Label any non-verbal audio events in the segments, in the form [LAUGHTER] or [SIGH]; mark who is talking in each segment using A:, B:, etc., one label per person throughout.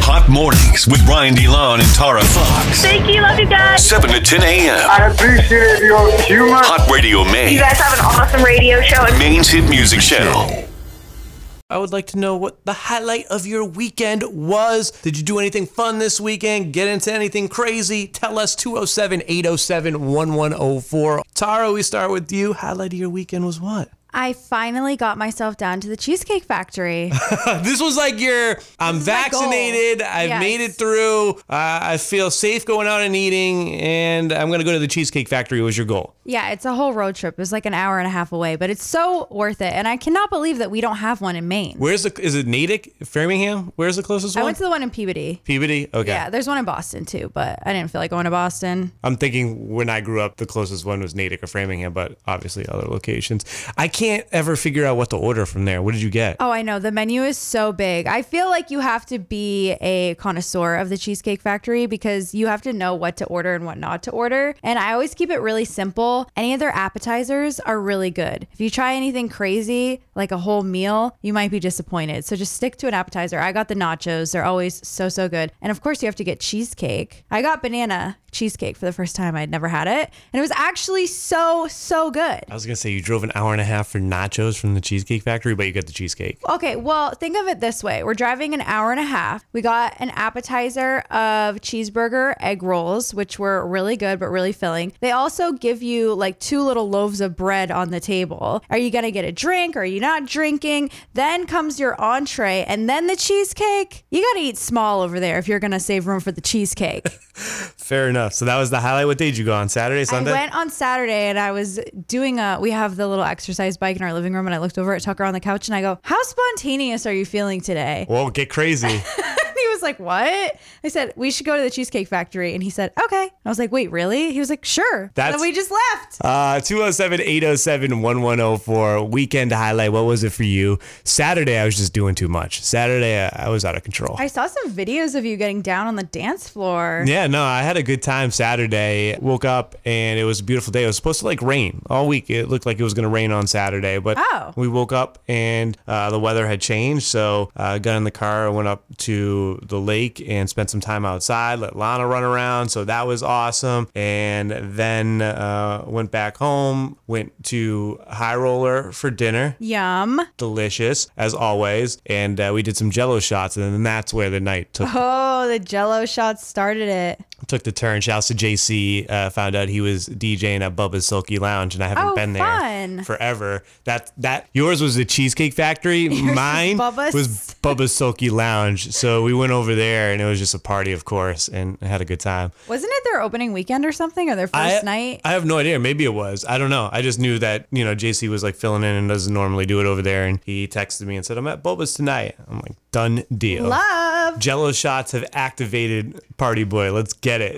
A: Hot Mornings with Ryan DeLon and Tara Fox.
B: Thank you. Love you guys.
A: 7 to 10 a.m.
C: I appreciate your humor.
A: Hot Radio Maine.
B: You guys have an awesome radio show. And-
A: Maine's hit music channel.
D: I would like to know what the highlight of your weekend was. Did you do anything fun this weekend? Get into anything crazy? Tell us 207 807 1104. Tara, oh we start with you. Highlight of your weekend was what?
E: I finally got myself down to the Cheesecake Factory.
D: Uh, This was like your I'm
E: my goal.
D: vaccinated. I've
E: Yes.
D: made it through. Uh, I feel safe going out and eating, and I'm going to go to the Cheesecake Factory, was your goal.
E: yeah, it's a whole road trip. It was like an hour and a half away, but it's so worth it. And I cannot believe that we don't have one in Maine.
D: Where's the, is it Natick? Framingham? Where's the closest
E: I
D: one?
E: went to the one in Peabody.
D: Peabody? Okay.
E: Yeah, there's one in Boston too, but I didn't feel like going to Boston.
D: I'm thinking when I grew up, the closest one was Natick or Framingham, but obviously other locations. I can't ever figure out what to order from there. What did you get?
E: Oh, I know. The menu is so big. I feel like you have to be a connoisseur of the Cheesecake Factory because you have to know what to order and what not to order. And I always keep it really simple. Any of their appetizers are really good. If you try anything crazy, like a whole meal, you might be disappointed. So just stick to an appetizer. I got the nachos. They're always so, so good. And of course, you have to get cheesecake. I got banana cheesecake for the first time. I'd never had it. And it was actually so, so good.
D: I was going to say you drove an hour and a half for nachos from the Cheesecake Factory, but you got the cheesecake.
E: Okay, well, think of it this way. We're driving an hour and a half. We got an appetizer of cheeseburger egg rolls, which were really good but really filling. They also give you like two little loaves of bread on the table. Are you going to get a drink? Are you not drinking? Then comes your entree and then the cheesecake. You got to eat small over there if you're going to save room for the cheesecake.
D: Fair enough. So that was the highlight. What day did you go on? Saturday, Sunday?
E: I went on Saturday and I was doing a. We have the little exercise bike in our living room, and I looked over at Tucker on the couch and I go, "How spontaneous are you feeling today?"
D: Whoa, get
E: [LAUGHS]
D: crazy.
E: And he was like, "What?" I said, "We should go to the Cheesecake Factory," and he said, "Okay." I was like, "Wait, really?" He was like, "Sure."
D: That's-
E: and then we just left.
D: Uh, 207-807-1104. Weekend highlight. What was it for you? Saturday, I was just doing too much. Saturday, I, I was out of control.
E: I saw some videos of you getting down on the dance floor.
D: Yeah, no, I had a good time Saturday. Woke up and it was a beautiful day. It was supposed to like rain all week. It looked like it was going to rain on Saturday, but
E: Oh.
D: we woke up and uh, the weather had changed. So uh, I got in the car, I went up to the lake and spent some time outside. Let Lana run around, so that was awesome. And then uh, went back home. Went to High Roller for dinner
E: Yum.
D: delicious as always and uh, we did some jello shots and then that's where the night took
E: Oh, the jello shots started it.
D: took the turn. Shouts to JC. Uh, found out he was DJing at Bubba's Silky Lounge, and I haven't
E: Oh,
D: been there
E: fun.
D: forever. That that yours was the Cheesecake
E: [LAUGHS]
D: Factory. Mine
E: Bubba's.
D: was Bubba's Silky Lounge. So we went over there, and it was just a party, of course, and had a good time.
E: Wasn't it their opening weekend or something or their
D: I,
E: first night?
D: I have no idea. Maybe it was. I don't know. I just knew that you know JC was like filling in and doesn't normally do it over there, and he texted me and said, "I'm at Bubba's tonight." I'm like, done deal. [LAUGHS]
E: Love.
D: Jello shots have activated Party Boy. Let's get
E: Oh
D: it.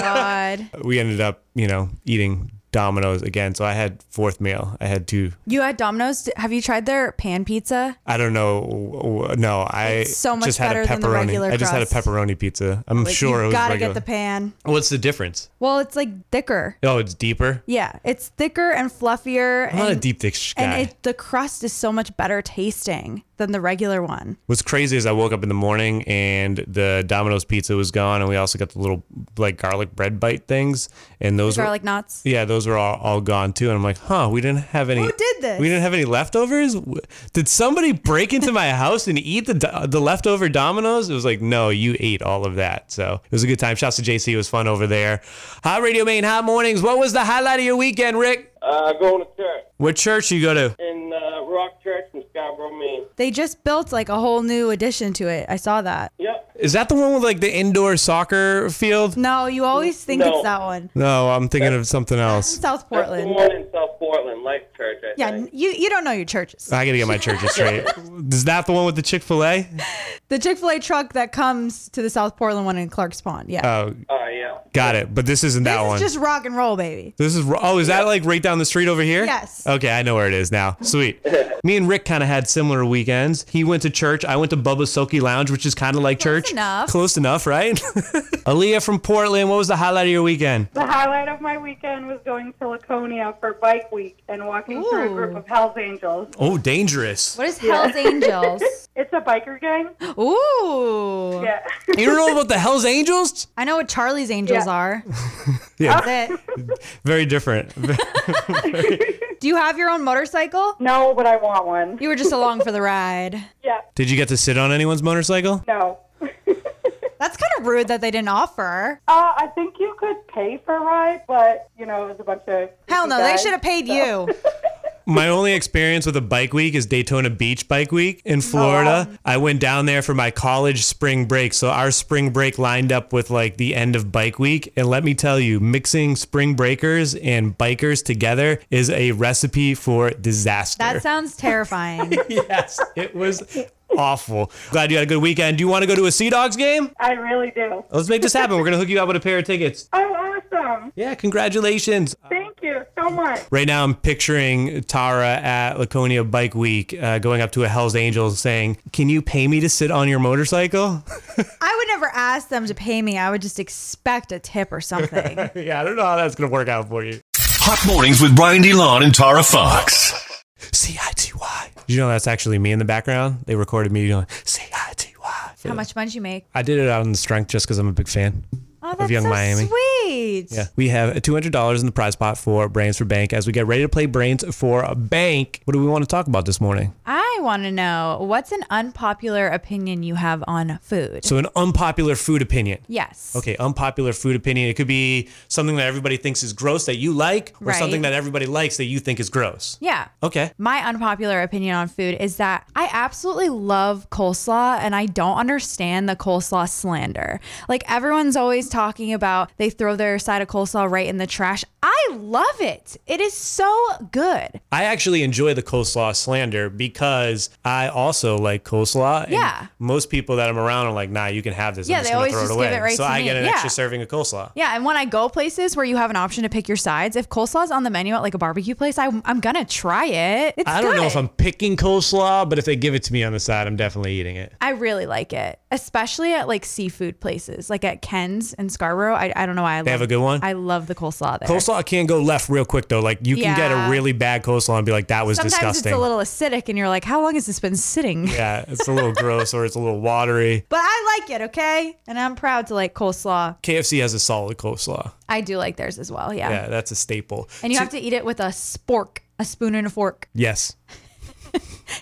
E: God.
D: we ended up, you know, eating Domino's again. So I had fourth meal. I had two.
E: You had Domino's. Have you tried their pan pizza?
D: I don't know. No, I
E: It's so much
D: just had a
E: better than the
D: pepperoni.
E: regular
D: I just had a
E: crust.
D: pepperoni pizza. I'm
E: Like,
D: sure
E: you
D: it was
E: gotta
D: regular.
E: get the pan.
D: What's the difference?
E: Well, it's like thicker.
D: Oh, it's deeper.
E: Yeah, it's thicker and fluffier.
D: I'm not a
E: and-
D: deep dish guy.
E: And it, the crust is so much better tasting than the regular one.
D: What's crazy is I woke up in the morning and the Domino's pizza was gone, and we also got the little like garlic bread bite things, and those were
E: Garlic knots.
D: Yeah, those were all, all gone too. And I'm like, huh, we didn't have any.
E: Who did this?
D: We didn't have any leftovers. W- Did somebody break into my house and eat the do- the leftover Dominoes? It was like, no, you ate all of that. So it was a good time. Shouts to JC. It was fun over there. Hot Radio Maine, hot mornings. What was the highlight of your weekend, Rick?
C: Uh, going to church
D: What church you go to?
C: in uh, Rock Church in Scarborough, Maine.
E: They just built like a whole new addition to it. I saw that.
C: Yep.
D: Is that the one with like the indoor soccer field?
E: No, you always think
C: No.
E: it's that one.
D: No, I'm thinking of something else.
E: South
C: That's the
E: Portland.
C: one in South Portland, Life Church. I
E: Yeah,
C: think.
E: you, you don't know your churches.
D: I gotta get my churches
E: [LAUGHS]
D: straight. Is that the one with the Chick Fil A?
E: The Chick fil A truck that comes to the South Portland one in Clark's Pond. Yeah.
D: Oh,
C: Oh, yeah.
D: got it. But this isn't that
E: this
D: one.
E: is just rock and roll, baby.
D: This is oh, is that like right down the street over here?
E: Yes.
D: Okay, I know where it is now.
E: [LAUGHS]
D: Sweet. Me and Rick kind of had similar weekends. He went to church. I went to Bubba's Soaky Lounge, which is kind of like church.
E: enough.
D: Close enough, right? [LAUGHS] Aaliyah from Portland. What was the highlight of your weekend?
F: The highlight of my weekend was going to Laconia for Bike Week and walking through a group
E: Ooh.
F: of Hell's Angels.
D: Oh, dangerous.
E: What is Hell's Angels?
F: It's a biker gang.
E: Ooh.
F: Yeah. [LAUGHS]
D: You don't know about the Hell's Angels?
E: I know what Charlie's Angels
F: Yeah.
E: are.
D: [LAUGHS] Yeah.
E: That's it.
D: Very different. [LAUGHS]
E: Do you have your own motorcycle?
F: No, but I want one.
E: You were just along for the ride.
F: Yeah.
D: Did you get to sit on anyone's motorcycle?
F: No.
E: That's kind of rude that they didn't offer.
F: Uh, I think you could pay for a ride, but you know, it was a bunch of
E: Hell no, they
F: guys.
E: should have paid you.
D: My only experience with a bike week is Daytona Beach Bike Week in Florida. I went down there for my college spring break. So our spring break lined up with like the end of bike week. And let me tell you, mixing spring breakers and bikers together is a recipe for disaster.
E: That sounds terrifying.
D: [LAUGHS] yes, it was awful. Glad you had a good weekend. Do you want to go to a Sea Dogs game?
F: I really do.
D: Let's make this happen. We're going to hook you up with a pair of tickets.
F: Oh, awesome!
D: Yeah, congratulations.
F: Thank you so much.
D: Right now, I'm picturing Tara at Laconia Bike Week uh, going up to a Hell's Angel saying, Can you pay me to sit on your motorcycle?
E: [LAUGHS]
D: [LAUGHS]
E: I would never ask them to pay me. I would just expect a tip or something.
D: yeah, I don't know how that's going to work out for you.
A: Hot mornings with Brian DeLon and Tara Fox.
D: C I T Y. Did you know that's actually me in the background? They recorded me going, C I T Y.
E: [LAUGHS] How much money you make?
D: I did it out on the strength just because I'm a big fan.
E: Oh, that's
D: Young
E: so
D: Miami.
E: sweet.
D: Yeah. We have $200 in the prize pot for Brains for Bank as we get ready to play Brains for a Bank. What do we want to talk about this morning?
E: I want to know what's an unpopular opinion you have on food?
D: So, an unpopular food opinion.
E: yes.
D: Okay, unpopular food opinion. It could be something that everybody thinks is gross that you like, or
E: Right.
D: something that everybody likes that you think is gross.
E: Yeah.
D: Okay.
E: My unpopular opinion on food is that I absolutely love coleslaw and I don't understand the coleslaw slander. Like everyone's always talking about they throw their side of coleslaw right in the trash. I love it. It is so good.
D: I actually enjoy the coleslaw slander because I also like coleslaw. and
E: Yeah.
D: most people that I'm around are like, nah, you can have this.
E: Yeah,
D: I'm just
E: they
D: gonna
E: always
D: throw
E: just
D: it
E: give
D: away.
E: it right
D: so
E: to
D: I
E: me.
D: get an
E: Yeah.
D: extra serving of coleslaw.
E: Yeah, and when I go places where you have an option to pick your sides, if coleslaw's on the menu at like a barbecue place, I, I'm gonna try it. It's
D: I don't know
E: good.
D: if I'm picking coleslaw, but if they give it to me on the side, I'm definitely eating it.
E: I really like it, especially at like seafood places, like at Ken's in Scarborough. I, I don't know why I
D: They
E: love,
D: have a good one?
E: I love the coleslaw there.
D: Coleslaw can go left real quick though. Like you can get
E: Yeah.
D: a really bad coleslaw and be like, that was
E: Sometimes
D: disgusting.
E: it's a little acidic, and you're like, how long has this been sitting?
D: yeah, it's a
E: [LAUGHS]
D: little gross or it's a little watery.
E: But I like it, okay? And I'm proud to like coleslaw.
D: KFC has a solid coleslaw.
E: I do like theirs as well, yeah.
D: Yeah, that's a staple.
E: And you
D: So-
E: have to eat it with a spork, a spoon and a fork.
D: Yes, [LAUGHS]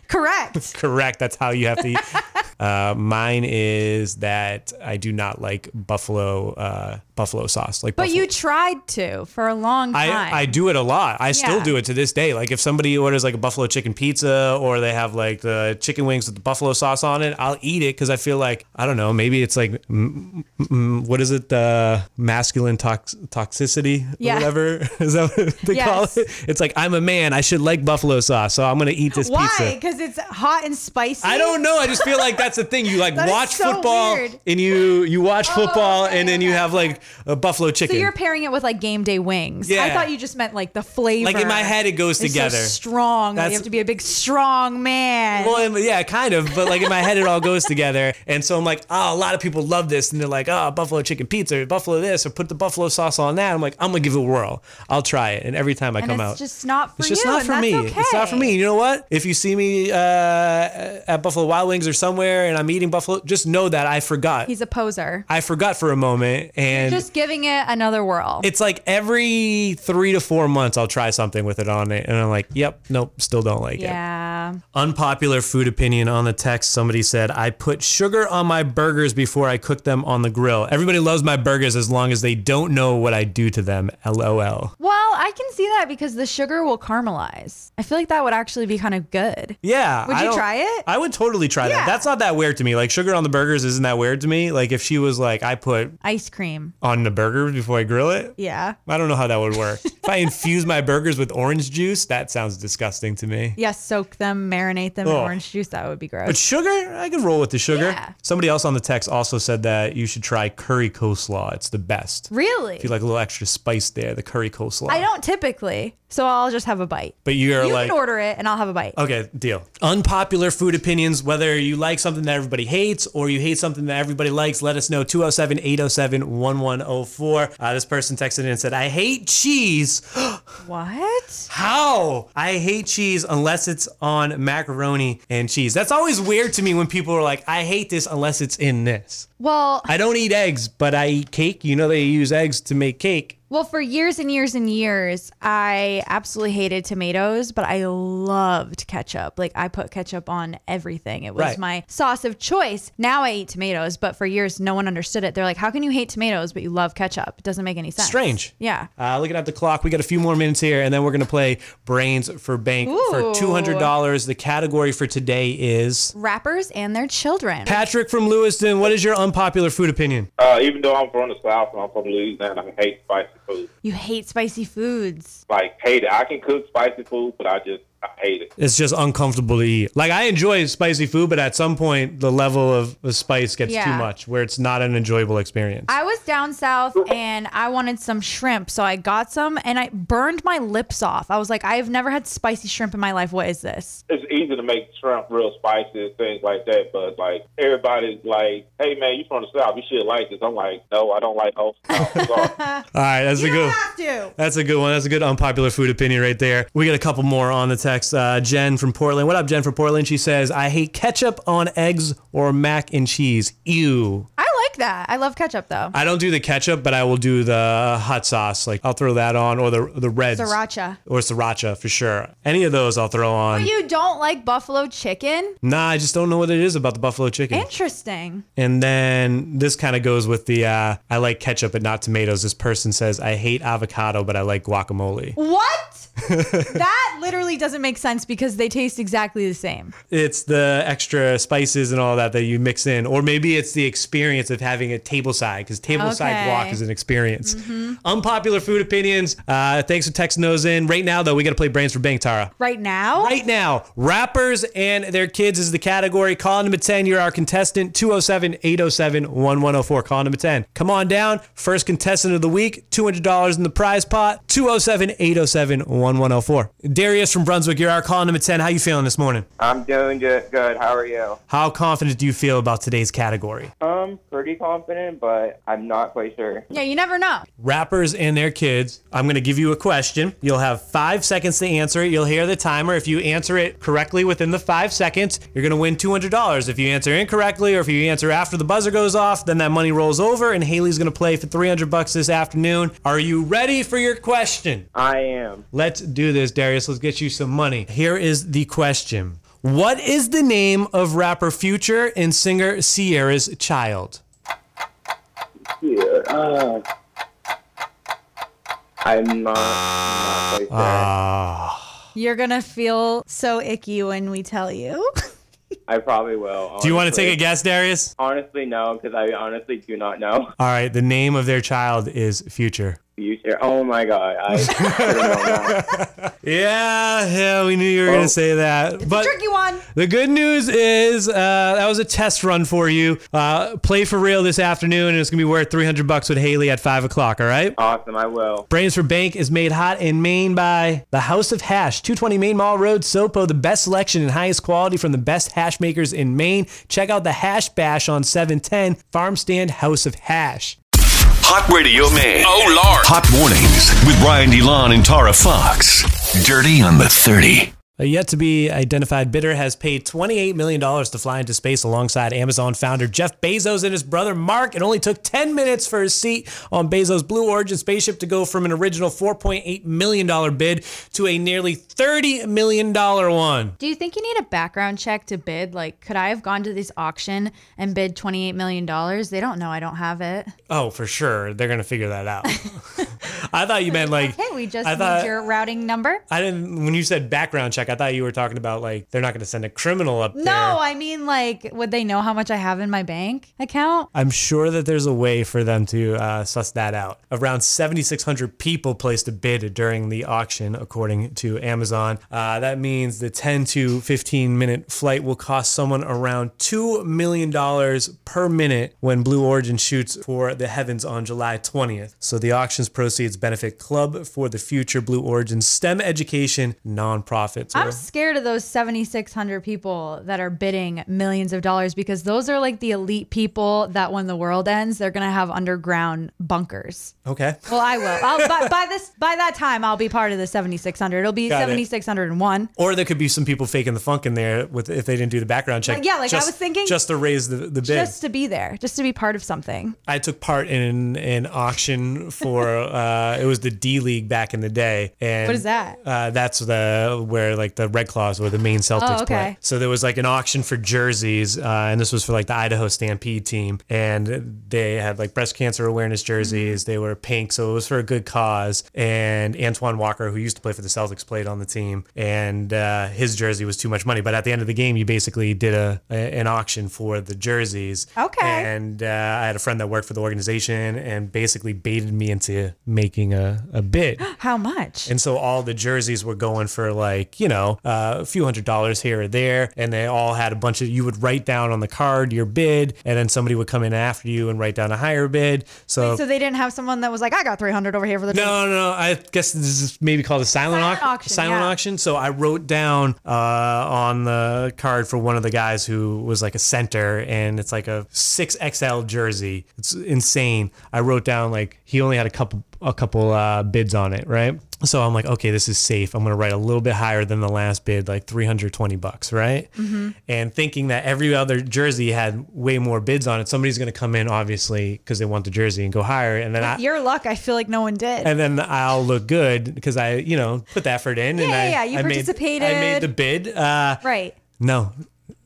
E: Correct.
D: correct. That's how you have to eat.
E: [LAUGHS]
D: uh, mine is that I do not like buffalo uh, buffalo sauce. Like,
E: but
D: buffalo.
E: you tried to for a long time.
D: I, I do it a lot. I still
E: Yeah.
D: do it to this day. Like if somebody orders like a buffalo chicken pizza or they have like the chicken wings with the buffalo sauce on it, I'll eat it because I feel like I don't know. Maybe it's like mm, mm, mm, what is it? Uh, masculine tox- toxicity or
E: Yeah.
D: whatever [LAUGHS] is that what they call
E: [LAUGHS] Yes.
D: it? It's like I'm a man. I should like buffalo sauce, so I'm gonna eat this
E: Why?
D: pizza.
E: Because it's hot and spicy.
D: I don't know. I just feel like that's the thing. You like
E: That is
D: watch
E: so
D: football
E: weird. Oh,
D: and you you watch football
E: okay,
D: and then you
E: okay.
D: have like a buffalo chicken.
E: So you're pairing it with like game day wings. I
D: Yeah.
E: thought you just meant like the flavor.
D: Like, in my head, it goes
E: is so
D: together.
E: strong. that you
D: That's-
E: have to be a big strong man.
D: Well, and- yeah, kind of, but like in my head, it all goes together. And so I'm like, oh, a lot of people love this. And they're like, oh, buffalo chicken pizza, buffalo this, or put the buffalo sauce on that. I'm like, I'm going to give it a whirl. I'll try it. And every time I
E: and
D: come
E: it's
D: out,
E: just not for
D: it's
E: you.
D: just not
E: and
D: for
E: that's
D: me.
E: Okay.
D: It's not for me. You know what? If you see me uh, at Buffalo Wild Wings or somewhere and I'm eating buffalo, just know that I forgot.
E: He's a poser.
D: I forgot for a moment. And
E: Just giving it another whirl.
D: it's like every three to four months, I'll try something with it on it. And I'm like, yep, nope, still don't like it.
E: yeah.
D: Unpopular food opinion on the text. Somebody said, I put sugar on my burgers before I cook them on the grill. Everybody loves my burgers as long as they don't know what I do to them. LOL.
E: Well, I can see that because the sugar will caramelize. I feel like that would actually be kind of good.
D: Yeah.
E: Would
D: I
E: you
D: don't-
E: try it?
D: I would totally try
E: Yeah.
D: that. That's not that weird to me. Like, sugar on the burgers isn't that weird to me. Like, if she was like, I put
E: Ice cream.
D: on the burger before I grill it,
E: Yeah.
D: I don't know how that would work. if
E: [LAUGHS]
D: I infuse my burgers with orange juice, that sounds disgusting to me.
E: Yeah, soak them, marinate them in
D: Ugh.
E: orange juice. That would be gross.
D: But sugar, I could roll with the sugar.
E: Yeah.
D: Somebody else on the text also said that you should try curry coleslaw. It's the best.
E: really?
D: If you like a little extra spice there, the curry coleslaw.
E: I don't typically, so I'll just have a bite.
D: But you're
E: you
D: like,
E: can order it and I'll have a bite.
D: oh, Okay, deal. Unpopular food opinions, whether you like something that everybody hates or you hate something that everybody likes, let us know 207 807 1104. Uh, This person texted in and said, I hate cheese.
E: What?
D: How? I hate cheese unless it's on macaroni and cheese. That's always weird to me when people are like, I hate this unless it's in this.
E: Well,
D: I don't eat eggs, but I eat cake. You know, they use eggs to make cake.
E: well, for years and years and years, I absolutely hated tomatoes, but I loved ketchup. Like I put ketchup on everything. It was
D: Right.
E: my sauce of choice. Now I eat tomatoes, but for years no one understood it. They're like, "How can you hate tomatoes but you love ketchup?" It doesn't make any sense.
D: Strange.
E: Yeah.
D: Uh, looking at the clock, we got a few more minutes here, and then we're going to play Brains for Bank for
E: Ooh.
D: $200. The category for today is
E: Rappers and their children.
D: Patrick from Lewiston. What is your unpopular food opinion?
C: Uh, even though I'm from the South and I'm from Louisiana, I hate spicy food.
E: you hate spicy foods.
C: Like, hate it. I can cook spicy food, but I just, I hate it.
D: It's just uncomfortable to eat. Like, I enjoy spicy food, but at some point, the level of the spice gets too
E: Yeah.
D: much where it's not an enjoyable experience.
E: I was down south and I wanted some shrimp, so I got some and I burned my lips off. I was like, I've never had spicy shrimp in my life. What is this?
C: It's easy to make shrimp real spicy and things like that, but like everybody's like, "Hey man, you from the South? You should like this." I'm like, "No, I don't like old South." Sorry.
D: All right, that's a good
E: to.
D: That's a good one. That's a good unpopular food opinion right there. We got a couple more on the text. Uh, Jen from Portland. What up, Jen from Portland? She says, I hate ketchup on eggs or mac and cheese. Ew.
E: I like that. I love ketchup though.
D: I don't do the ketchup, but I will do the hot sauce. Like I'll throw that on or the the reds.
E: Sriracha.
D: Or sriracha for sure. Any of those I'll throw on.
E: You don't like buffalo chicken?
D: nah, I just don't know what it is about the buffalo chicken.
E: Interesting.
D: And then this kind of goes with the uh, I like ketchup but not tomatoes. This person says I hate avocado but I like guacamole. [LAUGHS]
E: What? that literally doesn't make sense because they taste exactly the same.
D: it's the extra spices and all that that you mix in, or maybe it's the experience of having a table side because table side
E: Okay.
D: guac is an experience. Unpopular food opinions. Uh, thanks for texting those in. Right now, though, we got to play brains for bank, Tara.
E: Right now?
D: Right now, rappers and their kids is the category. Call number 10. You're our contestant, 207 807 1104. Call number 10. Come on down. First contestant of the week, $200 in the prize pot, 207 807 1104. Darius from Brunswick, you're our call number 10. How you feeling this morning?
G: I'm doing ju- good. How are you?
D: How confident do you feel about today's category?
G: I'm pretty confident, but I'm not quite sure.
E: Yeah, you never know.
D: Rappers and their kids. I'm going to give you a question. You'll have five seconds to answer it. You'll hear the timer. If you answer it correctly within the five seconds, you're going to win $200. If you answer incorrectly or if you answer after the buzzer goes off, then that money rolls over and Haley's going to play for 300 bucks this afternoon. Are you ready for your question?
G: I am.
D: Let's do this, Darius. Let's get you some money. Here is the question What is the name of rapper Future and singer Sierra's child?
G: Yeah. Uh, I'm not, not quite sure.
D: Uh,
E: You're going to feel so icky when we tell you. [LAUGHS]
G: I probably will.
D: Do you want to take a guess, Darius?
G: Honestly, no, because I honestly do not know.
D: All right, the name of their child is Future.
G: Future. Oh my god.
D: [LAUGHS]
G: I should've known that.
D: Yeah, yeah, we knew you were gonna say that. But
E: Tricky one.
D: the good news is uh, that was a test run for you. Uh, play for real this afternoon, and it's gonna be worth 300 bucks with Haley at five o'clock. All right.
G: Awesome. I will.
D: Brains for Bank is made hot in Maine by the House of Hash, 220 Main Mall Road, Sopo, the best selection and highest quality from the best hash makers in Maine. Check out the Hash Bash on 710 Farm Stand House of Hash.
A: Hot Radio Maine.
H: Oh, Lord.
A: Hot Mornings with Brian DeLon and Tara Fox. Dirty on the 30.
D: A yet to be identified bidder has paid $28 million to fly into space alongside Amazon founder Jeff Bezos and his brother Mark. It only took 10 minutes for his seat on Bezos' Blue Origin spaceship to go from an original $4.8 million bid to a nearly $30 million one.
E: Do you think you need a background check to bid? Like, could I have gone to this auction and bid $28 million? They don't know I don't
D: [LAUGHS]
E: have it.
D: Oh, for sure. They're going to figure that
E: [LAUGHS]
D: out. I thought you meant like.
E: Okay, we just
D: I thought-
E: need your routing number.
D: I didn't. When you said background check, I thought you were talking about like they're not going to send a criminal up there.
E: No, I mean, like, would they know how much I have in my bank account?
D: I'm sure that there's a way for them to uh, suss that out. Around 7,600 people placed a bid during the auction, according to Amazon. Uh, that means the 10 to 15 minute flight will cost someone around $2 million per minute when Blue Origin shoots for the heavens on July 20th. So the auction's proceeds Kids Benefit Club for the Future Blue Origin STEM Education nonprofit. So
E: I'm scared of those 7,600 people that are bidding millions of dollars because those are like the elite people that when the world ends, they're going to have underground bunkers.
D: okay.
E: Well, I will.
D: [LAUGHS]
E: I'll, by, by this, by that time, I'll be part of the 7,600. It'll be
D: Got it.
E: 7,601.
D: Or there could be some people faking the funk in there with if they didn't do the background check.
E: Like, yeah, like I
D: just-
E: was thinking-
D: just to raise the the bid.
E: Just to be there, just to be part of something.
D: I took part in an auction
E: [LAUGHS]
D: for uh, it was the D League back in the day. And
E: What is that?
D: Uh, that's the where like the Red Claws were the main Celtics
E: Oh, okay.
D: play. So there was like an auction for jerseys, uh, and this was for like the Idaho Stampede team, and they had like breast cancer awareness jerseys. They were pink, so it was for a good cause. And Antoine Walker, who used to play for the Celtics, played on the team, and uh, his jersey was too much money. But at the end of the game, you basically did a, a an auction for the jerseys.
E: Okay.
D: And uh, I had a friend that worked for the organization and basically baited me into making a, a bid.
E: How much?
D: And so all the jerseys were going for like, you know, uh, a few hundred dollars here or there. And they all had a bunch of, you would write down on the card your bid, and then somebody would come in after you and write down a higher bid. So,
E: so they didn't have someone that was like, I got 300 over here for the
D: uh, no, no, no, I guess this is maybe called a silent,
E: Silent
D: au-
E: auction,
D: Silent
E: yeah.
D: auction. So I wrote down uh, on the card for one of the guys who was like a center, and it's like a six XL jersey. It's insane. I wrote down like he only had a couple a couple uh, bids on it, right? So I'm like, okay, this is safe. I'm gonna write a little bit higher than the last bid, like 320 bucks, right?
E: Mm-hmm.
D: And thinking that every other jersey had way more bids on it, somebody's gonna come in obviously because they want the jersey and go higher, and then I,
E: Your luck, I feel like no one did.
D: and then I'll look good because I, you know, put the effort in. and
E: Yeah,
D: I,
E: yeah, you
D: I made-
E: participated.
D: I made the bid. Uh,
E: right.
D: no,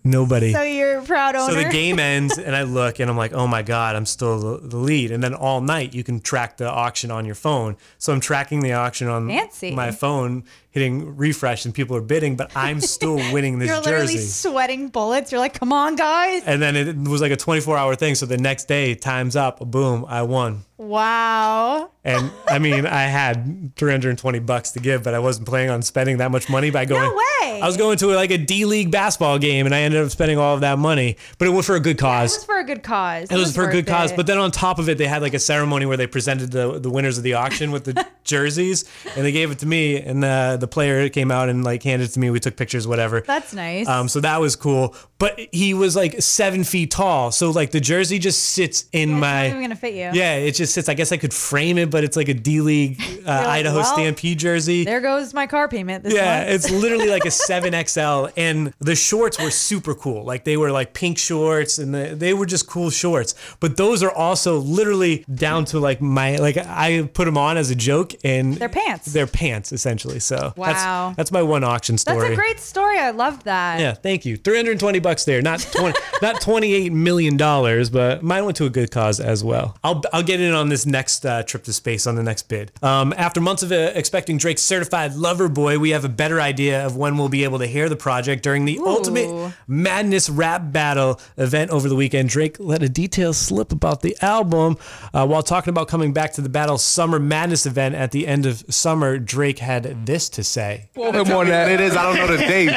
D: nobody.
E: So you're a proud owner.
D: So the
E: [LAUGHS]
D: game ends, and I look, and I'm like, oh my god, I'm still the, the lead. And then all night you can track the auction on your phone. So I'm tracking the auction on
E: Fancy.
D: my phone, hitting refresh, and people are bidding, but I'm
E: [LAUGHS]
D: still winning this
E: You're literally
D: jersey.
E: sweating bullets. You're like, come on, guys.
D: and then it was like a 24 hour thing. So the next day, time's up. Boom, I won.
E: Wow.
D: And I mean, I had 320 bucks to give, but I wasn't planning on spending that much money by going.
E: way.
D: I was going to like a D League basketball game, and I ended up spending all of that money. But it was for a good
E: It was
D: cause.
E: for a good cause.
D: It was for a good
E: worth
D: cause.
E: it.
D: But then on top of it, they had like a ceremony where they presented the, the winners of the auction with
E: [LAUGHS]
D: the jerseys, and they gave it to me. And uh, the the player came out and like handed it to me. We took pictures, whatever.
E: that's nice.
D: Um, so that was cool. But he was like seven feet tall, so like the jersey just sits in my.
E: Not even gonna fit you.
D: Yeah, it just sits. I guess I could frame it, but it's like a D League uh, Idaho
E: well,
D: Stampede jersey.
E: There goes my car payment. This
D: Yeah,
E: month.
D: it's literally like
E: [LAUGHS]
D: a 7XL. And the shorts were super cool. Like they were like pink shorts and the, they were just cool shorts. But those are also literally down to like my, like I put them on as a joke and
E: They're pants.
D: They're pants, essentially. So
E: Wow.
D: that's, that's my one auction
E: that's
D: story.
E: a great story. I loved that.
D: yeah, thank you. 320 bucks there. Not 20, not 28 million dollars, but mine went to a good cause as well. I'll I'll get in on this next uh, trip to space on the next bid. Um, after months of uh, expecting Drake's certified lover boy, we have a better idea of when we'll be able to hear the project during the ultimate madness rap battle event over the weekend. Drake let a detail slip about the album uh, while talking about coming back to the battle summer madness event at the end of summer. Drake had this to say.
H: Quote him on that. It is. I don't
I: [LAUGHS]
H: know the dates.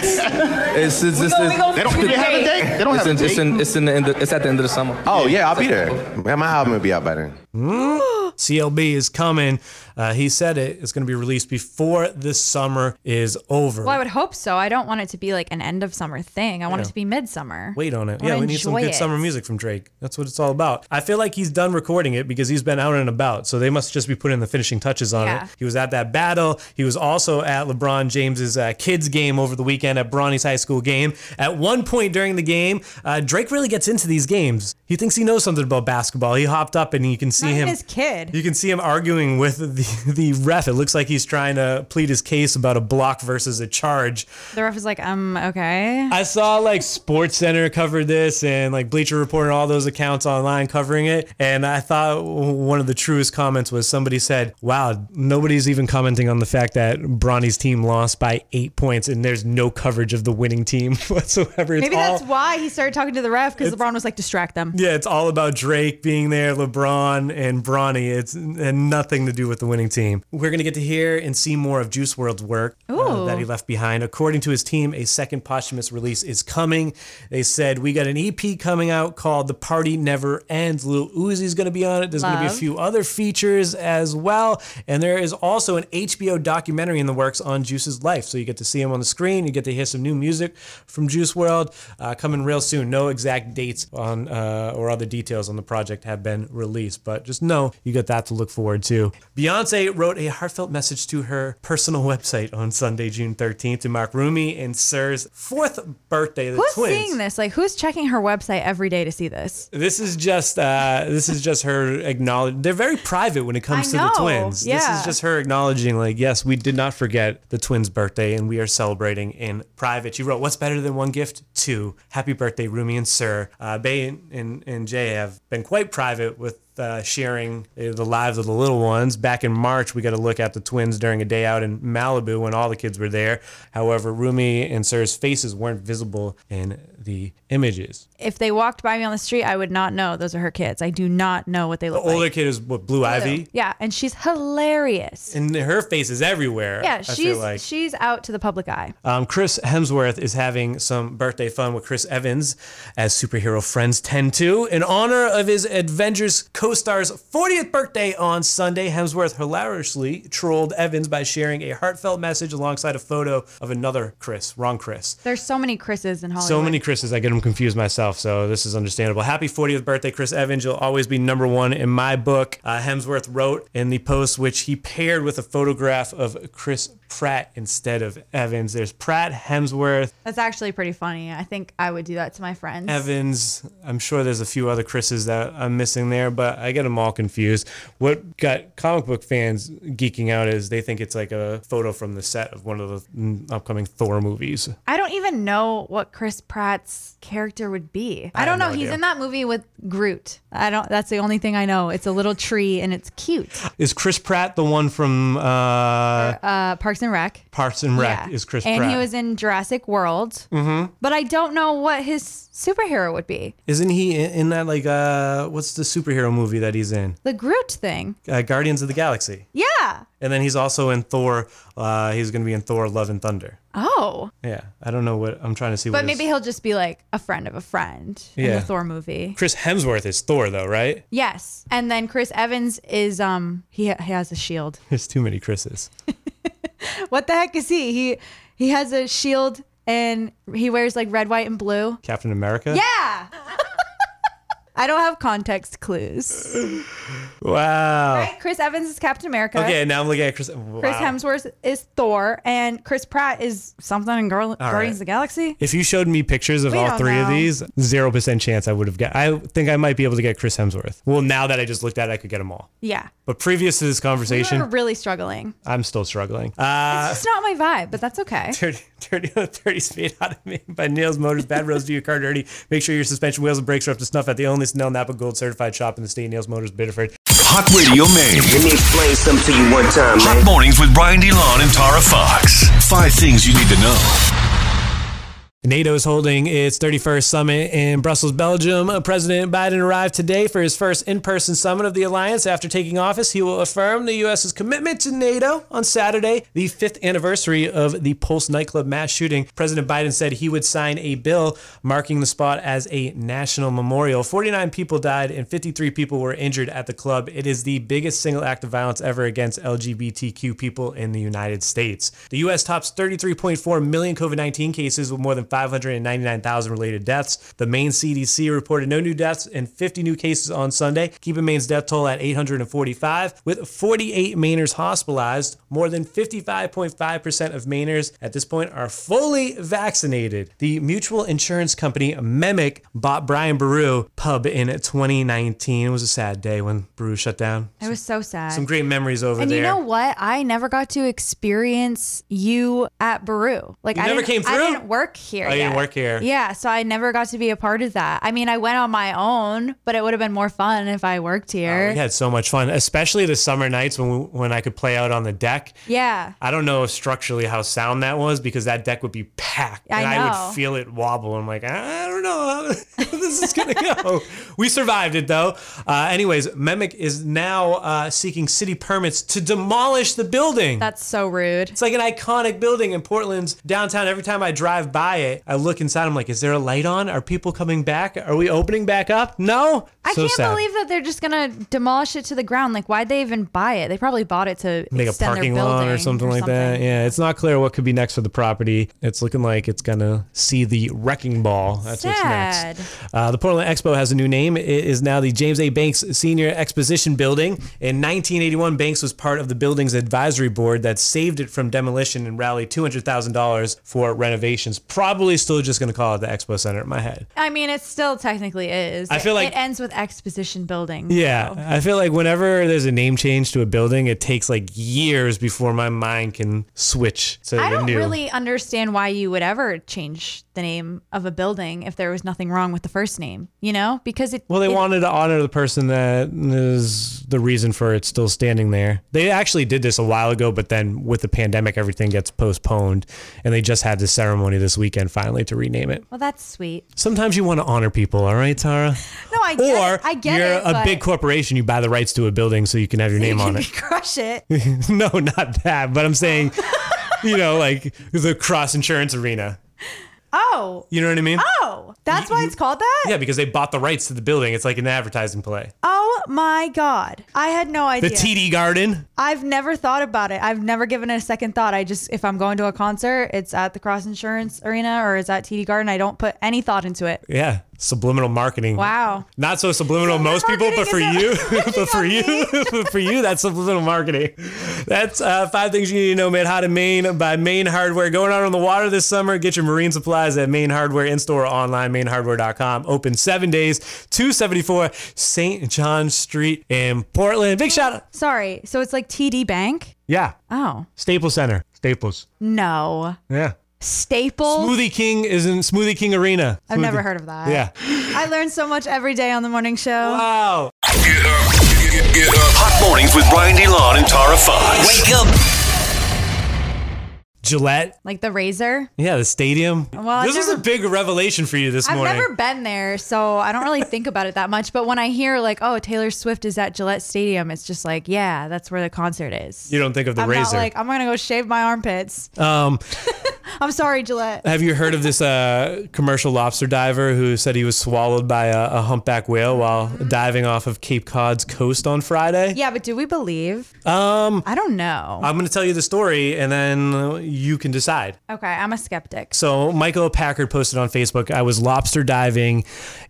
H: It's, it's, it's, it's,
I: They don't
H: the
I: have a date. They don't
H: It's
I: have a
H: in,
I: date.
H: it's, in, it's in the end. Of, it's at the end of the summer.
I: oh yeah, I'll be there. Man, my album will be out by then.
D: CLB is coming. Uh, he said it. It's going to be released before this summer is over.
E: [LAUGHS] Well, I would hope so. I don't want it to be like an end of summer thing. I want it to be midsummer.
D: Wait on it.
E: I wanna
D: Yeah, we need some
E: enjoy
D: good
E: it.
D: summer music from Drake. That's what it's all about. I feel like he's done recording it because he's been out and about. So they must just be putting the finishing touches on
E: Yeah.
D: it. He was at that battle. He was also at LeBron James's uh, kids game over the weekend at Bronny's high school game. At one point during the game, uh, Drake really gets into these games. He thinks he knows something about basketball. He hopped up and you can see
E: Not even
D: him.
E: his kid.
D: You can see him arguing with the, the ref. It looks like he's trying to plead his case about a block versus a charge.
E: The ref is like, um, okay.
D: I saw like Sports Center cover this and like Bleacher Report and all those accounts online covering it. And I thought one of the truest comments was somebody said, Wow, nobody's even commenting on the fact that Bronny's team lost by eight points and there's no coverage of the winning team [LAUGHS] whatsoever. It's
E: Maybe
D: all-
E: that's why he started talking to the ref because LeBron was like, distract them.
D: yeah, it's all about Drake being there, LeBron and Bronny. It's and nothing to do with the winning team. We're going to get to hear and see more of Juice World's work uh,
E: Ooh.
D: that he left behind. According to his team, a second posthumous release is coming. They said, We got an EP coming out called The Party Never Ends. Lil Uzi's going to be on it. There's going to be a
E: Love.
D: few other features as well. And there is also an HBO documentary in the works on Juice's life. So you get to see him on the screen. You get to hear some new music from Juice World uh, coming real soon. No exact dates on uh, or other details on the project have been released, but just know you got that to look forward to. Beyonce wrote a heartfelt message to her personal [LAUGHS] website on Sunday, June 13th, to mark Rumi and Sir's fourth birthday. The
E: Who's
D: twins.
E: seeing this? Like, who's checking her website every day to see this?
D: This is just uh, this is just her acknowledge. They're very private when it comes to
E: I
D: the
E: know,
D: twins. This
E: yeah.
D: is just her acknowledging, like, yes, we did not forget the twins' birthday, and we are celebrating in private. She wrote, "What's better than one gift? Two. Happy birthday, Rumi and Sir. Uh, Bay and, and and Jay have been quite private with." Uh, sharing uh, the lives of the little ones. Back in March, we got to look at the twins during a day out in Malibu when all the kids were there. However, Rumi and Sir's faces weren't visible in the images.
E: If they walked by me on the street, I would not know those are her kids. I do not know what they look
D: older
E: like.
D: kid is what Blue Ivy,
E: Yeah, and she's hilarious.
D: and her face is everywhere.
E: Yeah,
D: I
E: she's
D: feel like
E: she's out to the public eye.
D: um, Chris Hemsworth is having some birthday fun with Chris Evans, as superhero friends tend to, in honor of his Avengers co-star's 40th birthday on Sunday. Hemsworth hilariously trolled Evans by sharing a heartfelt message alongside a photo of another Chris, wrong Chris.
E: There's so many Chris's in Hollywood.
D: So many Chris's, I get them confused myself. So this is understandable. Happy 40th birthday, Chris Evans. You'll always be number one in my book. Uh, Hemsworth wrote in the post, which he paired with a photograph of Chris Pratt instead of Evans. There's Pratt, Hemsworth,
E: That's actually pretty funny. I think I would do that to my friends.
D: Evans. I'm sure there's a few other Chris's that I'm missing there, but I get them all confused. What got comic book fans geeking out is they think it's like a photo from the set of one of the mm, upcoming Thor movies.
E: I don't even know what Chris Pratt's character would be. I,
D: have
E: don't know.
D: no
E: He's
D: idea.
E: in that movie with Groot. I don't. That's the only thing I know. It's a little tree and it's cute.
D: Is Chris Pratt the one from? Uh,
E: Uh, Parks and Rec.
D: Parks and Rec
E: Yeah.
D: is Chris
E: and
D: Pratt.
E: he was in Jurassic World. Mm-hmm. But I don't know what his superhero would be.
D: Isn't he in, in that like uh what's the superhero movie that he's in?
E: The Groot thing.
D: Uh, Guardians of the Galaxy.
E: Yeah.
D: And then he's also in Thor. Uh, he's gonna be in Thor: Love and Thunder.
E: Oh.
D: Yeah, I don't know what I'm trying to see.
E: But
D: what his-
E: maybe he'll just be like a friend of a friend in
D: Yeah.
E: the Thor movie.
D: Chris Hemsworth is Thor though, right?
E: Yes. And then Chris Evans is um he he has a
D: [LAUGHS]
E: shield.
D: [LAUGHS] There's too many Chris's.
E: What the heck is he? He he has a shield and he wears like red, white,
D: [LAUGHS]
E: and blue.
D: Captain America.
E: Yeah. I don't have
D: [LAUGHS]
E: context clues.
D: Wow.
E: Right? Chris Evans is Captain America.
D: Okay, now I'm looking at Chris. Wow.
E: Chris Hemsworth is Thor, and Chris Pratt is something in Gar- Guardians of the Galaxy.
D: If you showed me pictures of
E: We
D: all
E: don't
D: three of
E: know.
D: these, zero percent chance I would have got. I think I might be able to get Chris Hemsworth. Well, now that I just looked at it, I could get them all.
E: Yeah,
D: But previous to this
E: we
D: conversation,
E: were really struggling.
D: I'm still struggling. Uh,
E: it's not my vibe, but that's
D: [LAUGHS]
E: okay.
D: 30, 30, 30 speed out of me by Niels Motors. Bad roads do your car dirty. Make sure your suspension, wheels, and brakes are up to snuff at the only Snell Napa Gold certified shop in the state. Niels Motors, Biddeford.
A: Hot Radio Maine.
J: Let me explain something to you one time, man.
A: Hot mornings with Brian DeLon and Tara Fox. Five things you need to know.
D: NATO is holding its 31st summit in Brussels, Belgium. Uh, President Biden arrived today for his first in person summit of the alliance. After taking office, he will affirm the U.S.'s commitment to NATO on Saturday, the fifth anniversary of the Pulse nightclub mass shooting. President Biden said he would sign a bill marking the spot as a national memorial. 49 people died and 53 people were injured at the club. It is the biggest single act of violence ever against LGBTQ people in the United States. The U.S. tops 33.4 million COVID 19 cases with more than 599,000 related deaths. The Maine CDC reported no new deaths and 50 new cases on Sunday, keeping Maine's death toll at 845, with 48 Mainers hospitalized. More than 55.5% of Mainers at this point are fully vaccinated. The mutual insurance company Mimic bought Brian Baru pub in 2019. It was a sad day when Baru shut down.
E: It was so sad.
D: Some great memories over
E: and
D: there.
E: you know what? I never got to experience you at Baru. Like I
D: never
E: didn't,
D: came
E: I
D: through?
E: didn't work here.
D: Oh, you didn't
E: yet.
D: work here.
E: Yeah, so I never got to be a part of that. I mean, I went on my own, but it would have been more fun if I worked here.
D: We had so much fun, especially the summer nights when we, when I could play out on the deck.
E: yeah.
D: I don't know structurally how sound that was because that deck would be packed
E: I
D: and I
E: know.
D: would feel it wobble. I'm like, I don't know. hell [LAUGHS] this is gonna go? [LAUGHS] we survived it though. Uh, anyways, Memic is now uh, seeking city permits to demolish the building.
E: That's so rude.
D: It's like an iconic building in Portland's downtown. Every time I drive by it, I look inside. I'm like, is there a light on? Are people coming back? Are we opening back up? No.
E: I
D: So
E: can't
D: sad.
E: believe that they're just gonna demolish it to the ground. Like, why'd they even buy it? They probably bought it to
D: Make a
E: extend their
D: parking lot or
E: building
D: something like that. Yeah, it's not clear what could be next for the property. It's looking like it's gonna see the wrecking ball. That's what's next.
E: Sad.
D: Uh, the Portland Expo has a new name. It is now the James A. Banks Senior Exposition Building. In 1981, Banks was part of the building's advisory board that saved it from demolition and rallied $200,000 for renovations. Probably still just going to call it the Expo Center in my head.
E: I mean, it still technically is.
D: I feel
E: It-
D: like-
E: it ends with exposition building.
D: Yeah,
E: so.
D: I feel like whenever there's a name change to a building, it takes like years before my mind can switch to
E: I
D: the
E: don't
D: new.
E: really understand why you would ever change the name of a building if there was nothing wrong with the first name, you know? Because it
D: Well, they
E: it-
D: wanted to honor the person that is the reason for it still standing there. They actually did this a while ago, but then with the pandemic, everything gets postponed, and they just had this ceremony this weekend finally to rename it.
E: Well, that's sweet.
D: Sometimes you want to honor people, all right, Tara?
E: No, I get
D: Or
E: it. I get
D: you're
E: it.
D: a
E: but
D: big
E: [LAUGHS]
D: corporation, you buy the rights to a building so you can have your name
E: you
D: on
E: can
D: it. [LAUGHS]
E: Crush it.
D: no, not that, but I'm saying, you know, like the cross insurance arena.
E: Oh.
D: You know what I mean?
E: Oh. That's why it's called that?
D: Yeah, because they bought the rights to the building. It's like an advertising play.
E: Oh my God. I had no
D: The
E: idea.
D: TD Garden.
E: I've never thought about it. I've never given it a second thought. I just, if I'm going to a concert, it's at the Cross Insurance Arena or it's at TD Garden. I don't put any thought into it.
D: Yeah, subliminal marketing.
E: Wow.
D: Not so subliminal
E: Subliminal
D: most people, but for you, [LAUGHS]
E: marketing is a- [LAUGHS]
D: but for you, [LAUGHS] but for you, that's subliminal marketing. That's uh, five things you need to know made hot in Maine by Maine Hardware. Going out on the water this summer, get your marine supplies at Maine Hardware in store or online, mainhardware.com. Open seven days, 274 St. John Street in Portland. Big shout out.
E: Sorry. So it's like TD Bank?
D: Yeah,
E: Oh,
D: Staples Center. Staples.
E: no.
D: Yeah.
E: Staples.
D: Smoothie King is in Smoothie King Arena.
E: I've never
D: Smoothie-
E: heard of that.
D: Yeah.
E: I learn so much every day on the morning show.
D: Wow.
A: Get up. Get, get up. Hot mornings with Brian DeLon and Tara Fox.
J: Wake up.
D: Gillette.
E: Like the razor.
D: Yeah, the stadium.
E: Well,
D: this
E: I've
D: was
E: never-
D: a big revelation for you this
E: I've
D: morning.
E: never been there, so I don't really think about it that much. But when I hear like, oh, Taylor Swift is at Gillette Stadium, it's just like, yeah, that's where the concert is.
D: You don't think of the
E: I'm
D: razor.
E: not like, I'm gonna go shave my armpits.
D: um,
E: [LAUGHS] I'm sorry, Gillette.
D: have you heard of this uh, commercial lobster diver who said he was swallowed by a, a humpback whale while diving off of Cape Cod's coast on Friday?
E: Mm-hmm. Yeah, but do we believe?
D: Um,
E: I don't know.
D: I'm going to tell you the story and then uh, you can decide.
E: okay, I'm a skeptic.
D: So Michael Packard posted on Facebook, I was lobster diving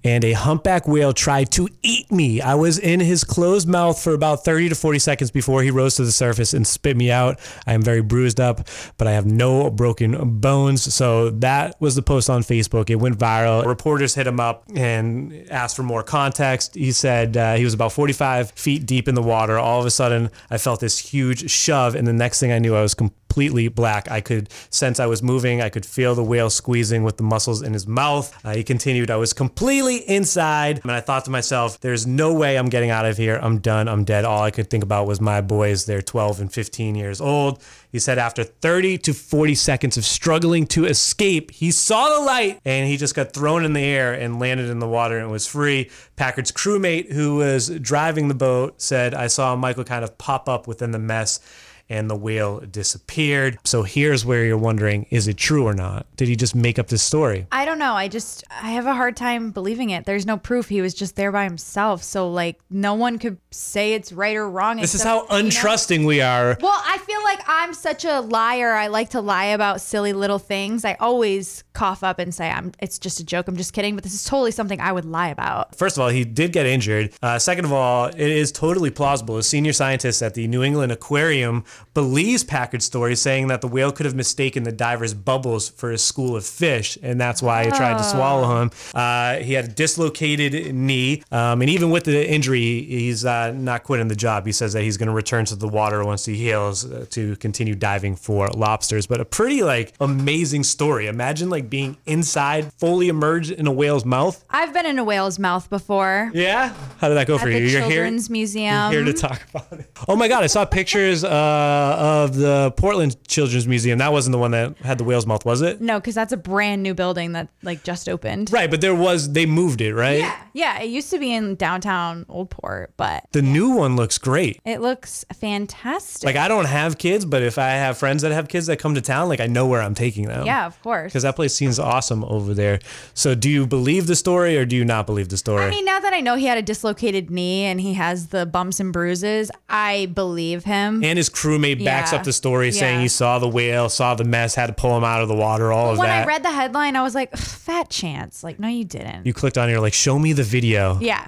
D: and a humpback whale tried to eat me. I was in his closed mouth for about 30 to 40 seconds before he rose to the surface and spit me out. I am very bruised up, but I have no broken bones. So that was the post on Facebook. It went viral. Reporters hit him up and asked for more context. He said uh, he was about 45 feet deep in the water. All of a sudden, I felt this huge shove. And the next thing I knew, I was completely black. I could sense I was moving. I could feel the whale squeezing with the muscles in his mouth. Uh, he continued, I was completely inside. And I thought to myself, there's no way I'm getting out of here. I'm done. I'm dead. All I could think about was my boys. They're 12 and 15 years old. He said, after 30 to 40 seconds of struggling to escape, he saw the light and he just got thrown in the air and landed in the water and was free. Packard's crewmate, who was driving the boat, said, I saw Michael kind of pop up within the mess and the whale disappeared. So here's where you're wondering is it true or not? Did he just make up this story?
E: I don't know. I just I have a hard time believing it. There's no proof he was just there by himself. So like no one could say it's right or wrong.
D: This is how
E: except, you know?
D: untrusting we are.
E: Well, I feel like I'm such a liar. I like to lie about silly little things. I always cough up and say I'm it's just a joke. I'm just kidding, but this is totally something I would lie about.
D: First of all, he did get injured. Uh, second of all, it is totally plausible. A senior scientist at the New England Aquarium believes Packard's story, saying that the whale could have mistaken the diver's bubbles for a school of fish, and that's why it tried to swallow him. Uh, he had a dislocated knee, um, and even with the injury, he's uh, not quitting the job. He says that he's going to return to the water once he heals uh, to continue diving for lobsters. But a pretty like amazing story. Imagine like being inside, fully immersed in a whale's mouth.
E: I've been in a whale's mouth before
D: Yeah. How did that go
E: at
D: for you?
E: the
D: You're here,
E: Children's
D: you're
E: Museum.
D: here to talk about it. Oh my God, I saw pictures uh, of the Portland Children's Museum. That wasn't the one that had the whale's mouth, was it?
E: No, because that's a brand new building that like just opened.
D: Right, but there was they moved it, right?
E: Yeah, yeah. It used to be in downtown Oldport, but
D: The new one looks great.
E: it looks fantastic.
D: Like I don't have kids, but if I have friends that have kids that come to town, like I know where I'm taking them.
E: yeah, of course.
D: Because that place seems awesome over there. So, do you believe the story or do you not believe the story?
E: I mean, now that I know he had a dislocated knee and he has the bumps and bruises, I believe him.
D: and his crewmate backs
E: Yeah.
D: up the story saying
E: Yeah.
D: he saw the whale, saw the mess, had to pull him out of the water, all of
E: when
D: that.
E: I read the headline, I was like, "Ugh, fat chance. Like, no, you didn't.
D: you clicked on it, you're like, show me the video.
E: yeah.